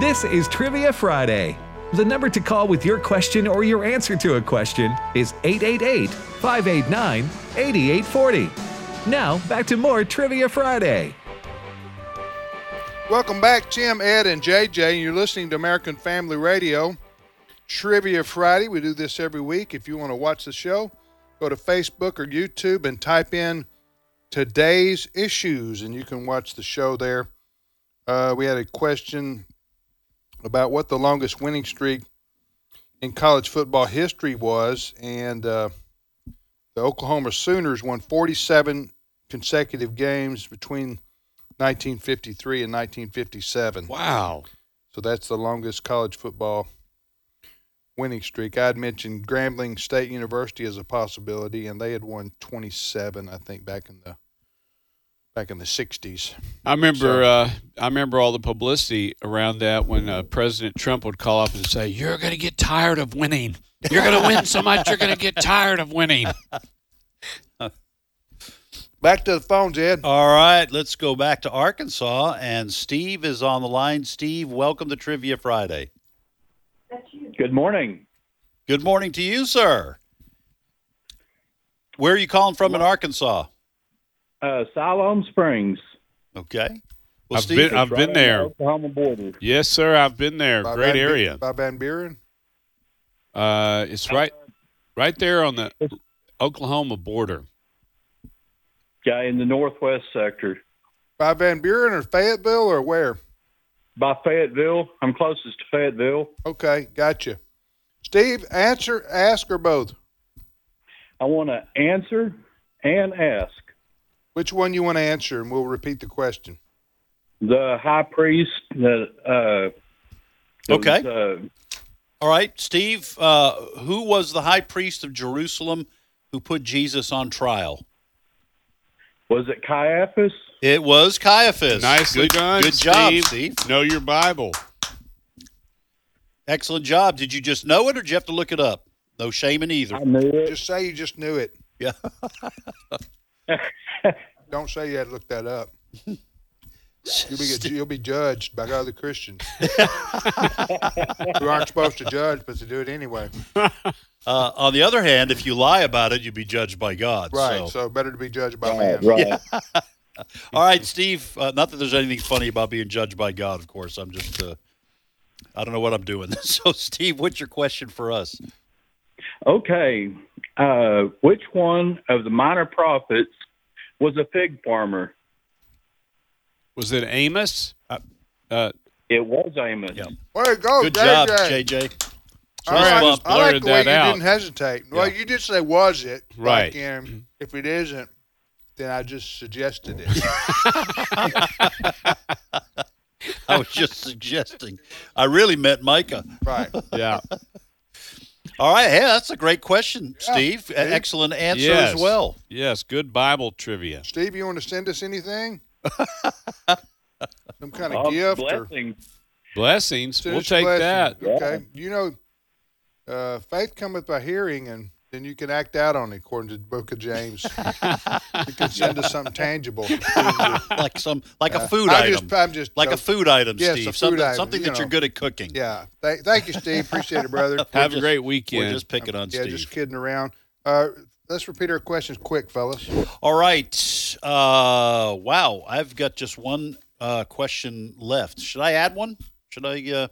This is Trivia Friday. The number to call with your question or your answer to a question is 888 589 8840. Now, back to more Trivia Friday. Welcome back, Jim, Ed, and JJ. You're listening to American Family Radio. Trivia Friday. We do this every week. If you want to watch the show, go to Facebook or YouTube and type in today's issues, and you can watch the show there. Uh, we had a question about what the longest winning streak in college football history was, and uh, the Oklahoma Sooners won 47 consecutive games between 1953 and 1957. Wow. So that's the longest college football winning streak. I'd mentioned Grambling State University as a possibility, and they had won 27, I think, back in the back in the 60s. I remember uh, I remember all the publicity around that when uh, President Trump would call up and say, "You're going to get tired of winning. You're going to win so much, you're going to get tired of winning." Back to the phones, Oh, Ed. All right, let's go back to Arkansas, and Steve is on the line. Steve, welcome to Trivia Friday. Good morning. Good morning to you, sir. Where are you calling from in Arkansas? Uh, Siloam Springs. Okay. Well, I've Steve, been I've It's right been on there. the Oklahoma border. Yes, sir. I've been there. By Great Van Bu- area. By Van Buren. Uh, it's right right there on the Oklahoma border. Yeah, in the northwest sector. By Van Buren or Fayetteville or where? By Fayetteville, I'm closest to Fayetteville. Okay, gotcha. Steve, answer, ask, or both. I want to answer and ask Which one you want to answer, and we'll repeat the question. the high priest. The uh, that Okay. was, uh, all right, Steve, uh, who was the high priest of Jerusalem who put Jesus on trial? was it Caiaphas? It was Caiaphas. Nicely good, done. Good job, Steve. Steve. Know your Bible. Excellent job. Did you just know it, or did you have to look it up? No shame in either. I knew it. Just say you just knew it. Yeah. Don't say you had to look that up. You'll be, you'll be judged by other Christians who aren't supposed to judge, but they do it anyway. Uh, on the other hand, if you lie about it, you'd be judged by God. Right. So. So, better to be judged by man. Right, right. All right, Steve. Uh, not that there's anything funny about being judged by God, of course. I'm just, uh, I don't know what I'm doing. So, Steve, what's your question for us? Okay. Uh, which one of the minor prophets was a fig farmer? Was it Amos? Uh, uh, It was Amos. Yeah. Way to go, Good JJ. job, JJ. I Sorry, I like, just I like blurred the way that you out. didn't hesitate. Well, Yeah. you did say, was it? Right. Like, um, if it isn't, then I just suggested it. I was just suggesting. I really meant Micah. right. yeah. All right. Hey, that's a great question, Steve. E- Excellent answer yes. as well. Yes. Good Bible trivia. Steve, you want to send us anything? Some kind of Oh, gift or blessing. Blessings. We'll Finish take blessing. that. Okay. You know, uh, faith cometh by hearing, and then you can act out on it, according to the book of James. you can send us something tangible. Like some, like a food I item. just, I'm just like a food item, Yes, a Steve. food something item, something you that you're know. good at cooking. Yeah. Thank, thank you, Steve. Appreciate it, brother. Have a just- great We're weekend. just picking on yeah, Steve. just kidding around. Uh, let's repeat our questions quick, fellas. All right. Uh, wow. I've got just one uh, question left. Should I add one? Should I? Uh,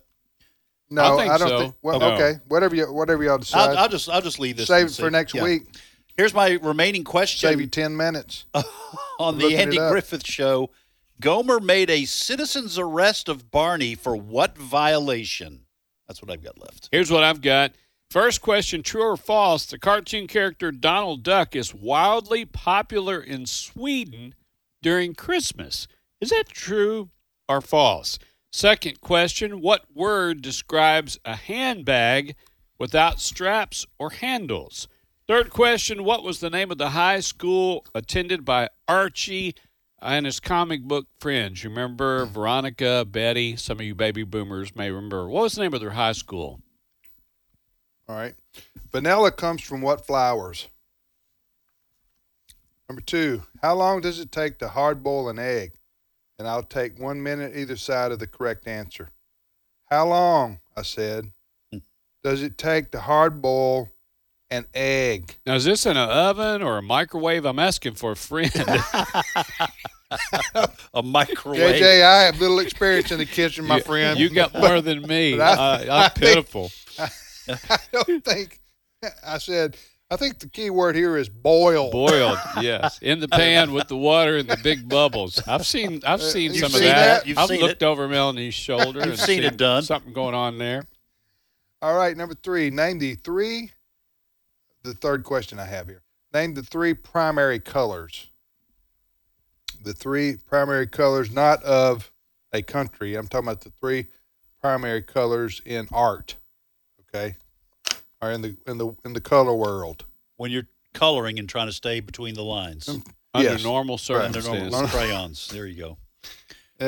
No, I think don't so. think. Well, Okay. okay. Whatever you whatever y'all decide. I'll, I'll just I'll just leave this. Save and it see. for next Yeah. week. Here's my remaining question Save you ten minutes. on the looking it Andy up. Griffith Show. Gomer made a citizen's arrest of Barney for what violation? That's what I've got left. Here's what I've got. First question True or false? The cartoon character Donald Duck is wildly popular in Sweden during Christmas. Is that true or false? Second question What word describes a handbag without straps or handles? Third question What was the name of the high school attended by Archie and his comic book friends? You remember Veronica, Betty? Some of you baby boomers may remember. What was the name of their high school? All right. Vanilla comes from what flowers? Number two, how long does it take to hard boil an egg? and I'll take one minute either side of the correct answer. How long, I said, does it take to hard boil an egg? Now, is this in an oven or a microwave? I'm asking for a friend. A microwave. JJ, I have little experience in the kitchen, my friend. you got more than me. but I, I- am I think- pitiful. I don't think I said. I think the key word here is boil. Boiled, yes, in the pan with the water and the big bubbles. I've seen, I've seen you've some of seen that. that? You've I've seen looked it. over Melanie's shoulder. and You've seen it done. Something going on there. All right, number three. Name the three. The third question I have here. Name the three primary colors. The three primary colors, not of a country. I'm talking about the three primary colors in art. Okay, or in the in the in the color world. when you're coloring and trying to stay between the lines. Under Yes. normal Under circumstances, normal crayons. There you go. Uh,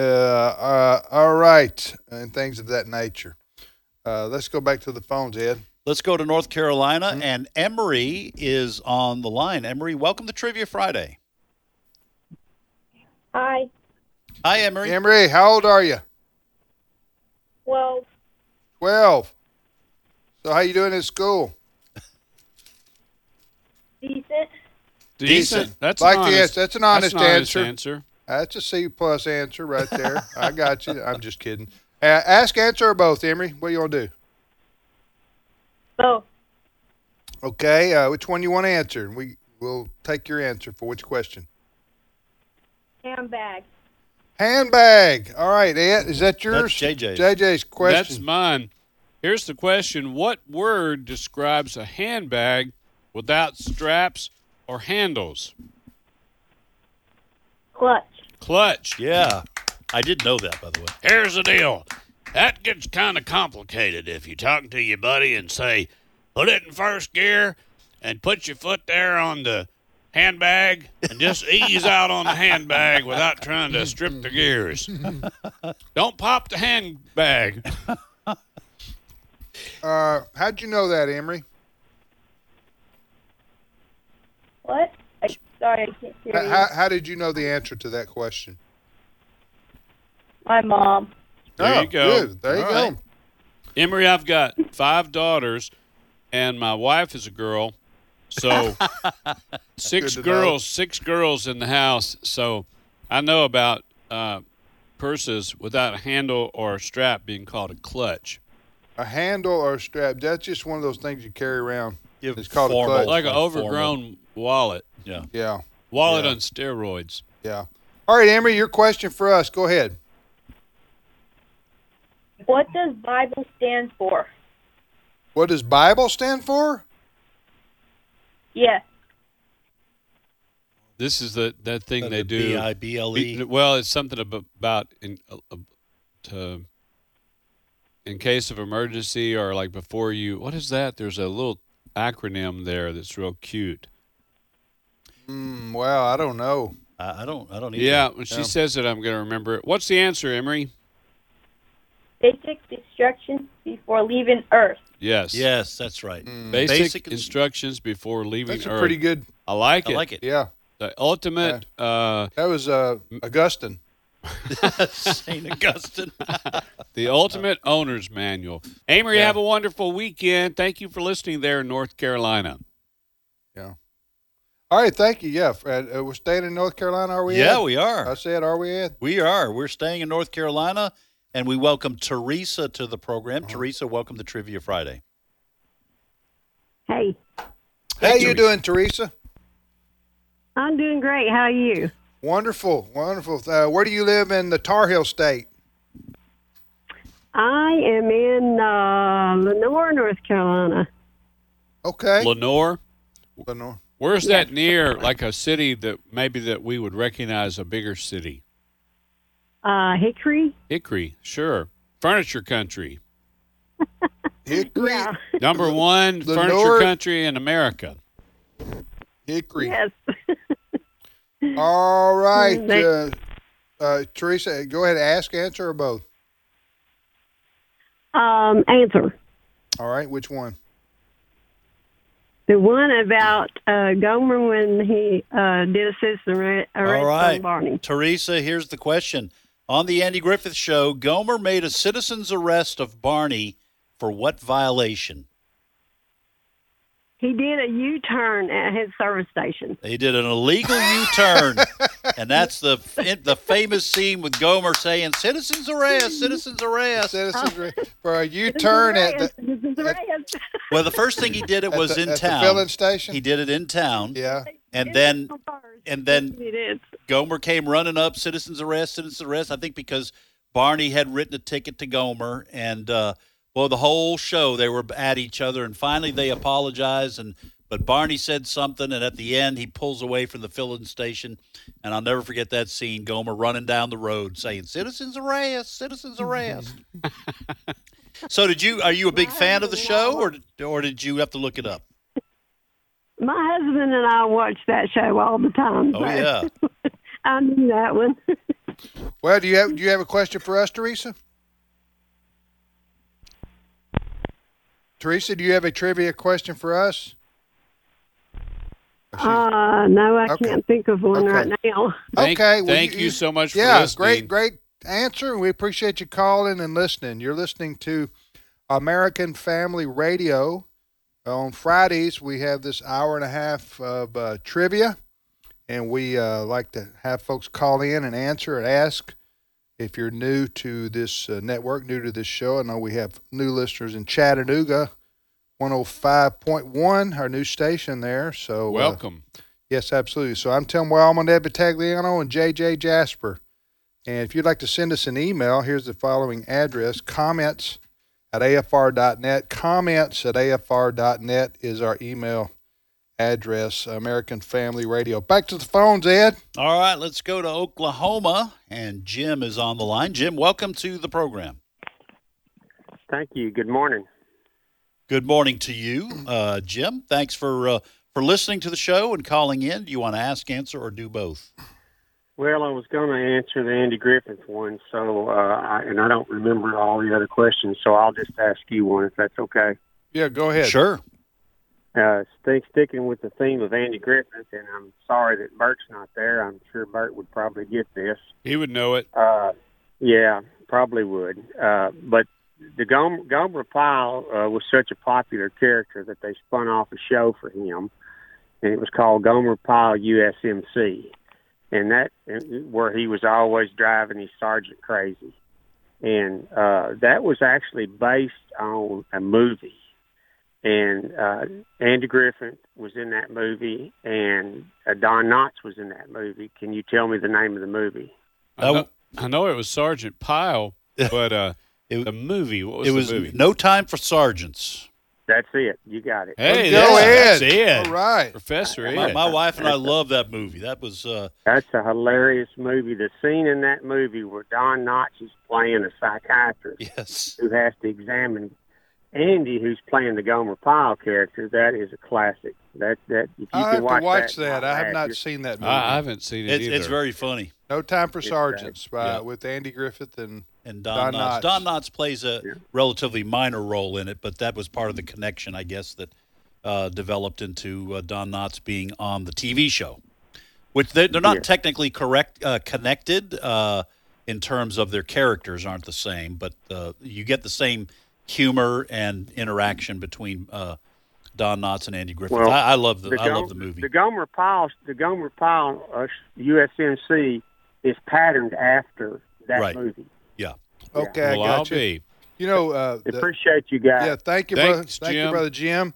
uh, all right, and things of that nature. Uh, let's go back to the phones, Ed. Let's go to North Carolina, Mm-hmm. and Emery is on the line. Emery, welcome to Trivia Friday. Hi. Hi, Emery. Emery, how old are you? Well, Twelve. So how you doing at school? decent. decent. Decent. That's Like an the honest, answer- that's an honest answer. answer. That's a C plus answer right there. I got you. I'm just kidding. Uh, ask, answer, or both, Emery. What do you want to do? Both. Okay. Uh, which one you want to answer? We will take your answer for which question. Handbag. Handbag. All right, Ed. Is that yours? JJ's. JJ's That's question. mine. Here's the question: What word describes a handbag without straps or handles? Clutch. Clutch. Yeah. I did know that, by the way. Here's the deal. That gets kind of complicated if you talk to your buddy and say, put it in first gear and put your foot there on the handbag and just ease out on the handbag without trying to strip the gears. Don't pop the handbag. uh, how'd you know that, Emery? What? I, sorry, I can't hear How, you. how, how did you know the answer to that question? My mom. There you Oh, go. good. There you All go. right. Emery, I've got five daughters, and my wife is a girl, so six Good to know. girls, six girls in the house. So I know about uh, purses without a handle or a strap being called a clutch, A handle or a strap. That's just one of those things you carry around. Give It's called a formal. clutch. like an Like overgrown wallet, Yeah. Yeah. wallet Yeah. on steroids. Yeah. All right, Emery, your question for us. Go ahead. What does Bible stand for? What does Bible stand for? Yes. This is the that thing they do. B I B L Be- E. Well, it's something ab- about in uh, uh, to in case of emergency or like before you. What is that? There's a little acronym there that's real cute. Mm, well, I don't know. I I don't. I don't. Either. Yeah, when she says it, I'm going to remember it. What's the answer, Emery? Basic instructions before leaving Earth. Yes. Yes, that's right. Basic, Basic ins- instructions before leaving That's a Earth. pretty good. I like I it. like it. Yeah, The ultimate. Uh, that was uh, Augustine. Saint Augustine. The Ultimate Owner's Manual. Amory, have a wonderful weekend. Thank you for listening there in North Carolina. Yeah. All right, thank you. Yeah, Fred, uh, we're staying in North Carolina, are we? yeah, Ed? we are. I said, are we Ed? We are. We're staying in North Carolina, and we welcome Teresa to the program. Uh-huh. Teresa, welcome to Trivia Friday. Hey, How you doing, Teresa? I'm doing great. How are you? Wonderful, wonderful. Uh, where do you live in the Tar Heel State? I am in uh, Lenore, North Carolina. Okay. Lenore, Lenore. where's that near like a city that maybe that we would recognize a bigger city? Uh, Hickory? Hickory, sure. Furniture country. Hickory. Yeah. Number one furniture Lenore- country in America. Hickory. Yes. All right, They- uh, uh, Teresa, go ahead. Ask, answer, or both. um, answer. All right, which one? The one about uh, Gomer when he uh, did a citizen arre- arrest All right. on Barney. Teresa, here's the question On the Andy Griffith Show, Gomer made a citizen's arrest of Barney for what violation? He did a U turn at his service station. They did an illegal U-turn, and that's the the famous scene with Gomer saying "citizens arrest, citizens arrest." Citizens re- for a U-turn at the Mrs. at- Reyes. Well, the first thing he did it At was the- in at the town. filling station? He did it in town. yeah. And then It's first. and then- it is. Gomer came running up, citizens arrest, citizens arrest. I think because Barney had written a ticket to Gomer, and uh, well, the whole show they were at each other, and finally they apologized, and but Barney said something, and at the end he pulls away from the filling station, and I'll never forget that scene. Gomer running down the road saying, "Citizens arrest, citizens arrest." so did you? Are you a big fan of the show, or or did you have to look it up? My husband and I watch that show all the time. Oh so yeah. I knew that one. Well, do you have do you have a question for us, Teresa? Teresa, do you have a trivia question for us? Uh, no, I Okay. can't think of one Okay. right now. Thank- okay. well, thank you so much for Yeah, listening. great, great answer. We appreciate you calling and listening. You're listening to American Family Radio. On Fridays, we have this hour and a half of uh, trivia, and we uh, like to have folks call in and answer and ask. If you're new to this uh, network, new to this show, I know we have new listeners in Chattanooga, 105.1, our new station there. So uh, Welcome. Yes, absolutely. So I'm Tim Wellman, Ed Battagliano, and JJ Jasper. And if you'd like to send us an email, here's the following address comments at afr.net. Comments at afr.net is our email address, American Family Radio. Back to the phones, Ed. All right, let's go to Oklahoma, and Jim is on the line. Jim, welcome to the program. Thank you. Good morning. Good morning to you, uh, Jim. Thanks for uh, for listening to the show and calling in. Do you want to ask, answer, or do both? Well, I was going to answer the Andy Griffith one, so uh, I, and I don't remember all the other questions, so I'll just ask you one if that's okay. Yeah, go ahead. Sure. Uh, stay sticking with the theme of Andy Griffith, and I'm sorry that Bert's not there. I'm sure Bert would probably get this. He would know it. Uh, yeah, probably would. Uh, but the Gomer, Gomer Pyle uh, was such a popular character that they spun off a show for him, and it was called Gomer Pyle USMC, and that where he was always driving his sergeant crazy, and uh, that was actually based on a movie. And uh, Andy Griffith was in that movie, and uh, Don Knotts was in that movie. Can you tell me the name of the movie? I know, I know it was Sergeant Pyle, but uh, It- the movie. What was it the was movie? no time for sergeants. That's it. You got it. Hey, Go that's, that's All Ed. right. Professor Ed. My, my wife and I love that movie. That was uh, That's a hilarious movie. The scene in that movie where Don Knotts is playing a psychiatrist yes, who has to examine Andy, who's playing the Gomer Pyle character. That is a classic. That that if you I can have watch, to watch that. and I have laugh, not you're- seen that movie. I, I haven't seen it it's, either. it's very funny. no Time for It's Sergeants by, Yeah. with Andy Griffith and And Don, Don Knotts. Knotts. Don Knotts plays a relatively minor role in it, but that was part of the connection, I guess, that uh, developed into uh, Don Knotts being on the TV show, which they, they're not Yeah. technically correct uh, connected uh, in terms of their characters aren't the same, but uh, you get the same humor and interaction between uh, Don Knotts and Andy Griffith. Well, I, I love the, I Go- love the movie. The Gomer Pyle, the Gomer Pyle uh, USMC is patterned after that Right. movie. yeah, Okay, I well, got I'll you. be. You know, uh, the- Appreciate you guys. Yeah, thank you, brother. Thanks, Thank you, Jim. brother Jim,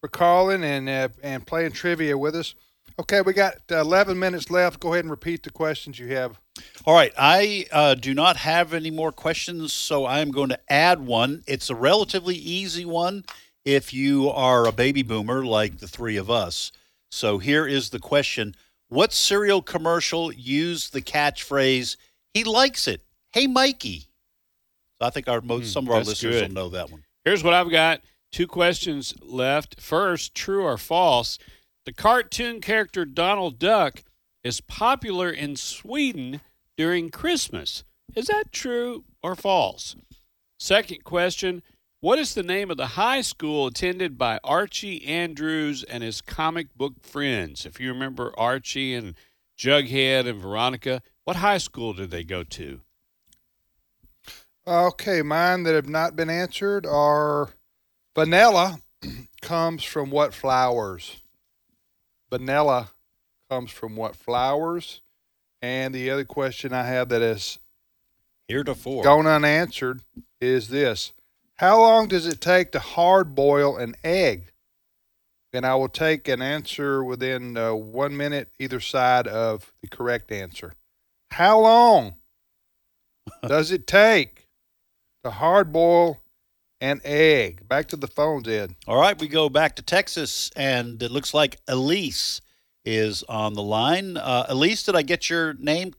for calling and uh, and playing trivia with us. Okay, we got uh, eleven minutes left. Go ahead and repeat the questions you have. All right, I uh, do not have any more questions, so I am going to add one. It's a relatively easy one if you are a baby boomer like the three of us. So here is the question What cereal commercial used the catchphrase, he likes it? Hey, Mikey. So I think our most, some of our Hmm, that's listeners good. will know that one. Here's what I've got. Two questions left. First, true or false? The cartoon character Donald Duck is popular in Sweden during Christmas. Is that true or false? Second question What is the name of the high school attended by Archie Andrews and his comic book friends? If you remember Archie and Jughead and Veronica, what high school did they go to? Okay, mine that have not been answered are vanilla comes from what flowers? Vanilla comes from what flowers? And the other question I have that is Heretofore. gone unanswered is this How long does it take to hard boil an egg? And I will take an answer within uh, one minute either side of the correct answer. How long does it take to hard boil an egg? Back to the phones, Ed. All right, we go back to Texas, and it looks like Elise is on the line. Uh, Elise, did I get your name?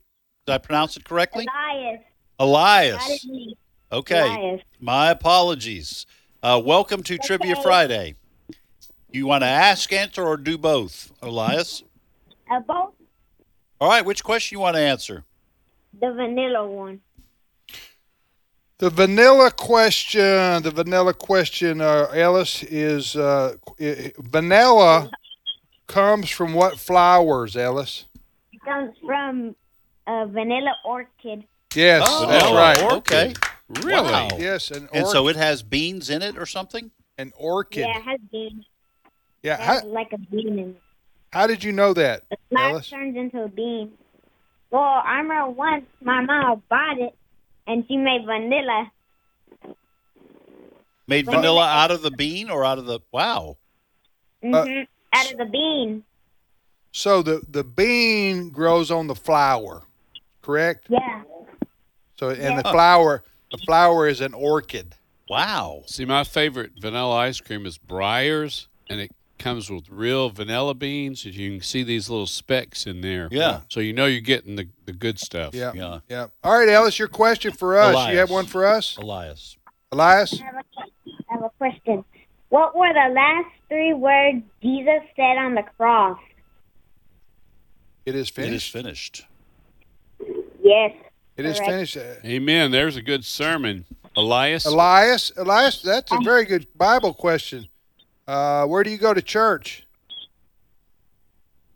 Did I pronounce it correctly? Elias. Elias. Elias. Okay. Elias. My apologies. Uh, welcome to Trivia Friday. You want to ask, answer, or do both, Elias? About All right, which question you want to answer? the vanilla one. The vanilla question, the vanilla question, uh, Ellis, is uh, i- vanilla comes from what flowers, Ellis? It comes from a vanilla orchid. Yes, that's Vanilla right. Okay. Really? Wow. Yes, an, Oh, And orch- so it has beans in it or something? an orchid. Yeah, it has beans. Yeah, It How, has like a bean in it. how did you know that, The flower Ellis? turns into a bean. Well, I remember once my mom bought it, and she made vanilla. Made Vanilla. vanilla out of the bean or out of the. Wow. hmm out of the bean. So the, the bean grows on the flower, correct? Yeah. So and the Yeah. flower the flower is an orchid. Wow. See, my favorite vanilla ice cream is Breyers, and it comes with real vanilla beans. and You can see these little specks in there. Yeah. So you know you're getting the, the good stuff. Yeah. Yeah. Yeah. All right, Ellis, your question for us. You have Elias. one for us? Elias. Elias? I have, a, I have a question. What were the last three words Jesus said on the cross? It is It is finished. finished. Yes. It is correct. finished. Uh, Amen. There's a good sermon. Elias. Elias, Elias, that's Uh-huh. a very good Bible question. Uh, where do you go to church?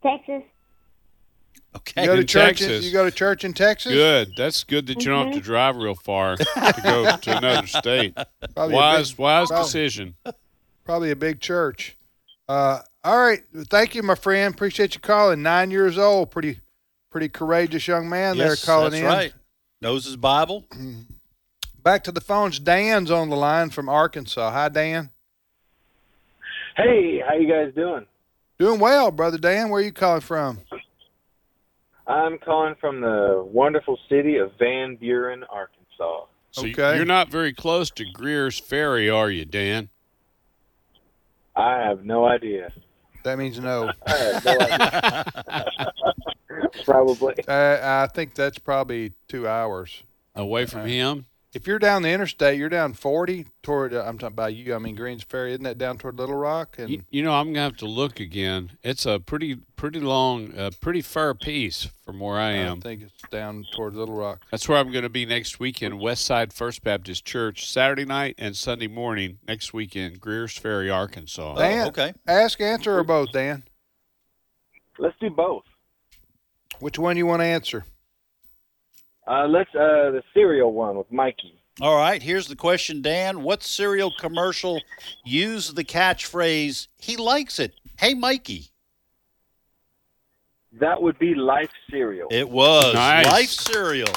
Texas. Okay. You go to in church. Texas. You go to church in Texas. Good. That's good that you don't have to drive real far to go to another state. Probably a big- Wise, wise probably- decision. probably a big church. Uh, all right, thank you, my friend. Appreciate you calling. Nine years old, pretty, pretty courageous young man there Yes, calling that's in. right. Knows his Bible. Back to the phones. Dan's on the line from Arkansas. Hi, Dan. Hey, how you guys doing? Doing well, brother Dan. Where are you calling from? I'm calling from the wonderful city of Van Buren, Arkansas. So Okay. you're not very close to Greer's Ferry, are you, Dan? I have no idea. That means no. I have no idea. Probably. uh, I think that's probably two hours. Away from him? If you're down the interstate, you're down 40 toward. Uh, I'm talking about you. I mean Greens Ferry. Isn't that down toward Little Rock? And You, you know, I'm gonna have to look again. It's a pretty, pretty long, uh, pretty far piece from where I I am. think it's down toward Little Rock. That's where I'm going to be next weekend. West Side First Baptist Church, Saturday night and Sunday morning next weekend, Greer's Ferry, Arkansas. Thank- Dan, Oh, okay. Ask, answer, or both, Dan. Let's do both. Which one you want to answer? Uh, let's uh, the cereal one with Mikey. All right. Here's the question, Dan. What cereal commercial used the catchphrase, he likes it? Hey, Mikey. That would be life cereal. It was Nice. Life cereal.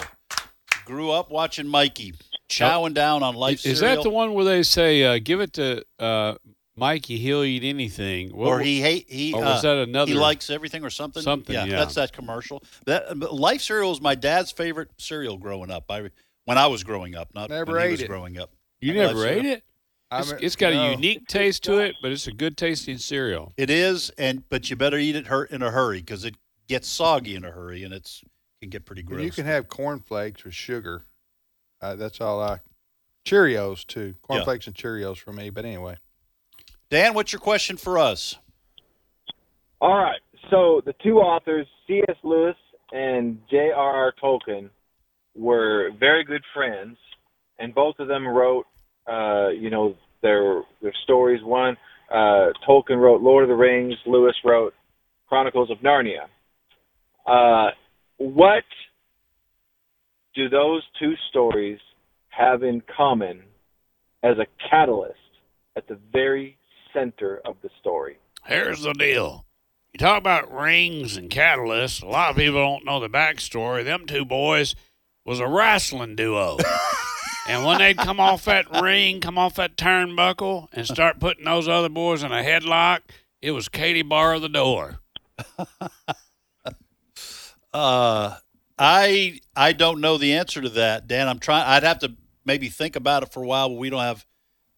Grew up watching Mikey chowing down on Life Is cereal. that the one where they say, uh, give it to uh, Mikey, he'll eat anything? What or was- he hate he or uh, was that another? he likes everything or something. Something, yeah. that's that commercial. That but Life cereal was my dad's favorite cereal growing up. I when I was growing up, not Never when ate he was it. growing up. you Life never cereal. ate it? It's, I'm- it's got no. a unique taste to it, but it's a good tasting cereal. It is, and but you better eat it hurt in a hurry because it gets soggy in a hurry and it's can get pretty Well, gross. You can have cornflakes or sugar. Uh, that's all I. Cheerios too. Cornflakes and Cheerios for me. But anyway, Dan, what's your question for us? All right. So the two authors, C.S. Lewis and J.R.R. Tolkien, were very good friends, and both of them wrote, uh, you know, their their stories. One, uh, Tolkien wrote Lord of the Rings. Lewis wrote Chronicles of Narnia. Uh, what do those two stories have in common as a catalyst at the very center of the story? Here's the deal. You talk about rings and catalysts. A lot of people don't know the backstory. Them two boys was a wrestling duo. and when they'd come off that ring, come off that turnbuckle, and start putting those other boys in a headlock, it was Katie bar the door. Uh, I I don't know the answer to that, Dan. I'm trying. I'd have to maybe think about it for a while, but we don't have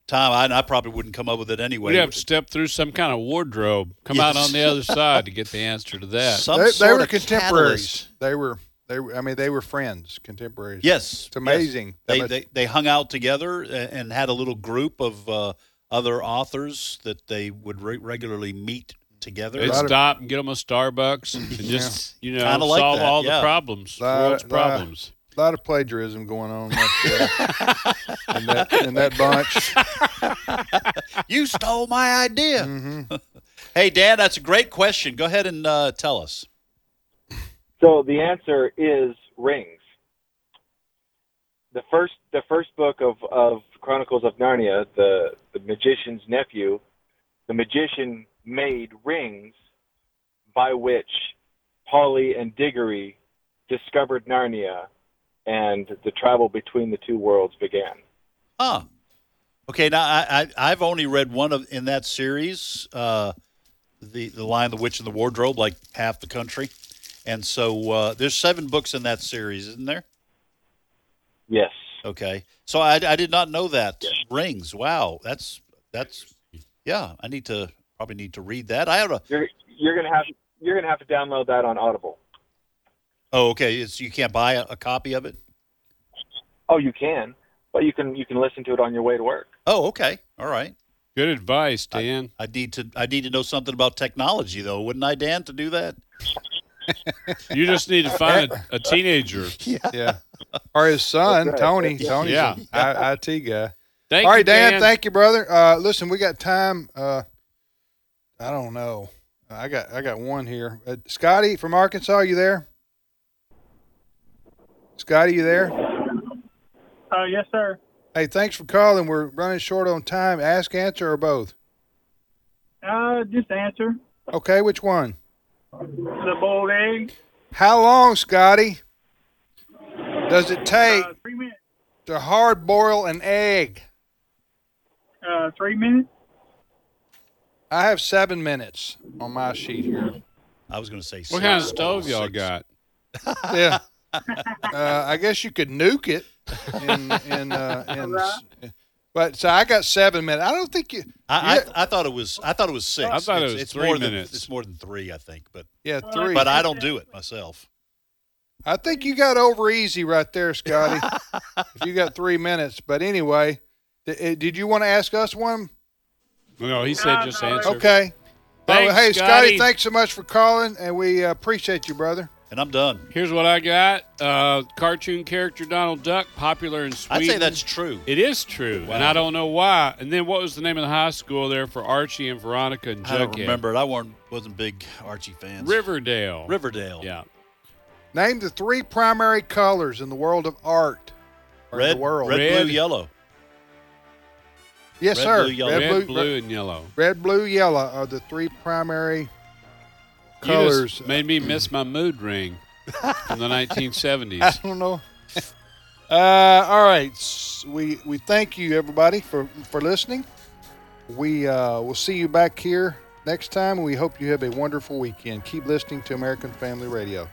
time. I, I probably wouldn't come up with it anyway. We'd have to step through some kind of wardrobe, come out Yes. on the other side to get the answer to that. Some they, they sort were of contemporaries. They were they were, I mean they were friends, contemporaries. Yes, It's amazing. yes. They, That they they hung out together a- and had a little group of uh, other authors that they would re- regularly meet together. They'd stop and get them a Starbucks and just, you know, Kinda like solve that, all yeah. the problems, the Lot- world's lot- problems. a lot of plagiarism going on right there in that in that bunch. you stole my idea. Mm-hmm. hey, Dan, that's a great question. Go ahead and uh, tell us. So the answer is rings. The first, the first book of, of Chronicles of Narnia, the the magician's nephew, the magician made rings by which Polly and Diggory discovered Narnia, and the travel between the two worlds began. Huh. Okay, now I, I I've only read one of in that series, uh, the the Lion, the Witch, and the Wardrobe, like half the country, and so uh, there's seven books in that series, isn't there? Yes. Okay, so I, I did not know that rings. Wow, that's that's yeah. I need to probably need to read that. I have a You're you're gonna have you're gonna have to download that on Audible. oh okay. It's, you can't buy a, a copy of it. Oh, you can, but you can you can listen to it on your way to work. Oh okay, all right. Good advice, Dan. I need to I need to know something about technology though, wouldn't I, Dan, to do that? you just need to find a, a teenager. Yeah. Or his son, That's right. Tony. Yeah. Tony's Yeah. an I, IT guy. Thank All you, right, Dan, Dan. Thank you, brother. Uh, listen, we got time. Uh, I don't know. I got I got one here. Uh, Scotty from Arkansas, you there? Scotty, you there? Uh, yes, sir. Hey, thanks for calling. We're running short on time. Ask, answer, or both. Uh, just answer Okay, which one? the boiled egg. How long, Scotty, does it take Uh, three minutes. to hard boil an egg? Uh, three minutes. I have seven minutes on my sheet here. I was going to say. What six, kind of but stove it's y'all six. got? yeah. Uh, I guess you could nuke it. In, in, uh, in, But so I got seven minutes. I don't think you. I, Yeah. I, I thought it was I thought it was six. I thought it It's- was it's three more than- minutes. it's more than three, I think. But Yeah, Well, three. but I don't do it myself. I think you got over easy right there, Scotty. if you got three minutes. But anyway, th- eh, did you want to ask us one? No, he said just answer. Okay. Oh, Thanks, hey, Scotty. thanks so much for calling, and we uh, appreciate you, brother. And I'm done. Here's what I got. Uh, cartoon character Donald Duck, popular in Sweden. I'd say that's true. It is true, and I don't know why. And then what was the name of the high school there for Archie and Veronica and Jughead? I don't remember it. I weren't wasn't big Archie fans. Riverdale. Riverdale. Yeah. Name the three primary colors in the world of art. Or in Red, the world. red, Red. blue, yellow. yes, red, sir. blue, yellow. Red, blue, red- and yellow. Red, blue, yellow are the three primary You just colors. made me miss my mood ring from the I 1970s. don't know. Uh, all right, S- we we thank you everybody for for listening. We uh, will see you back here next time. We hope you have a wonderful weekend. Keep listening to American Family Radio.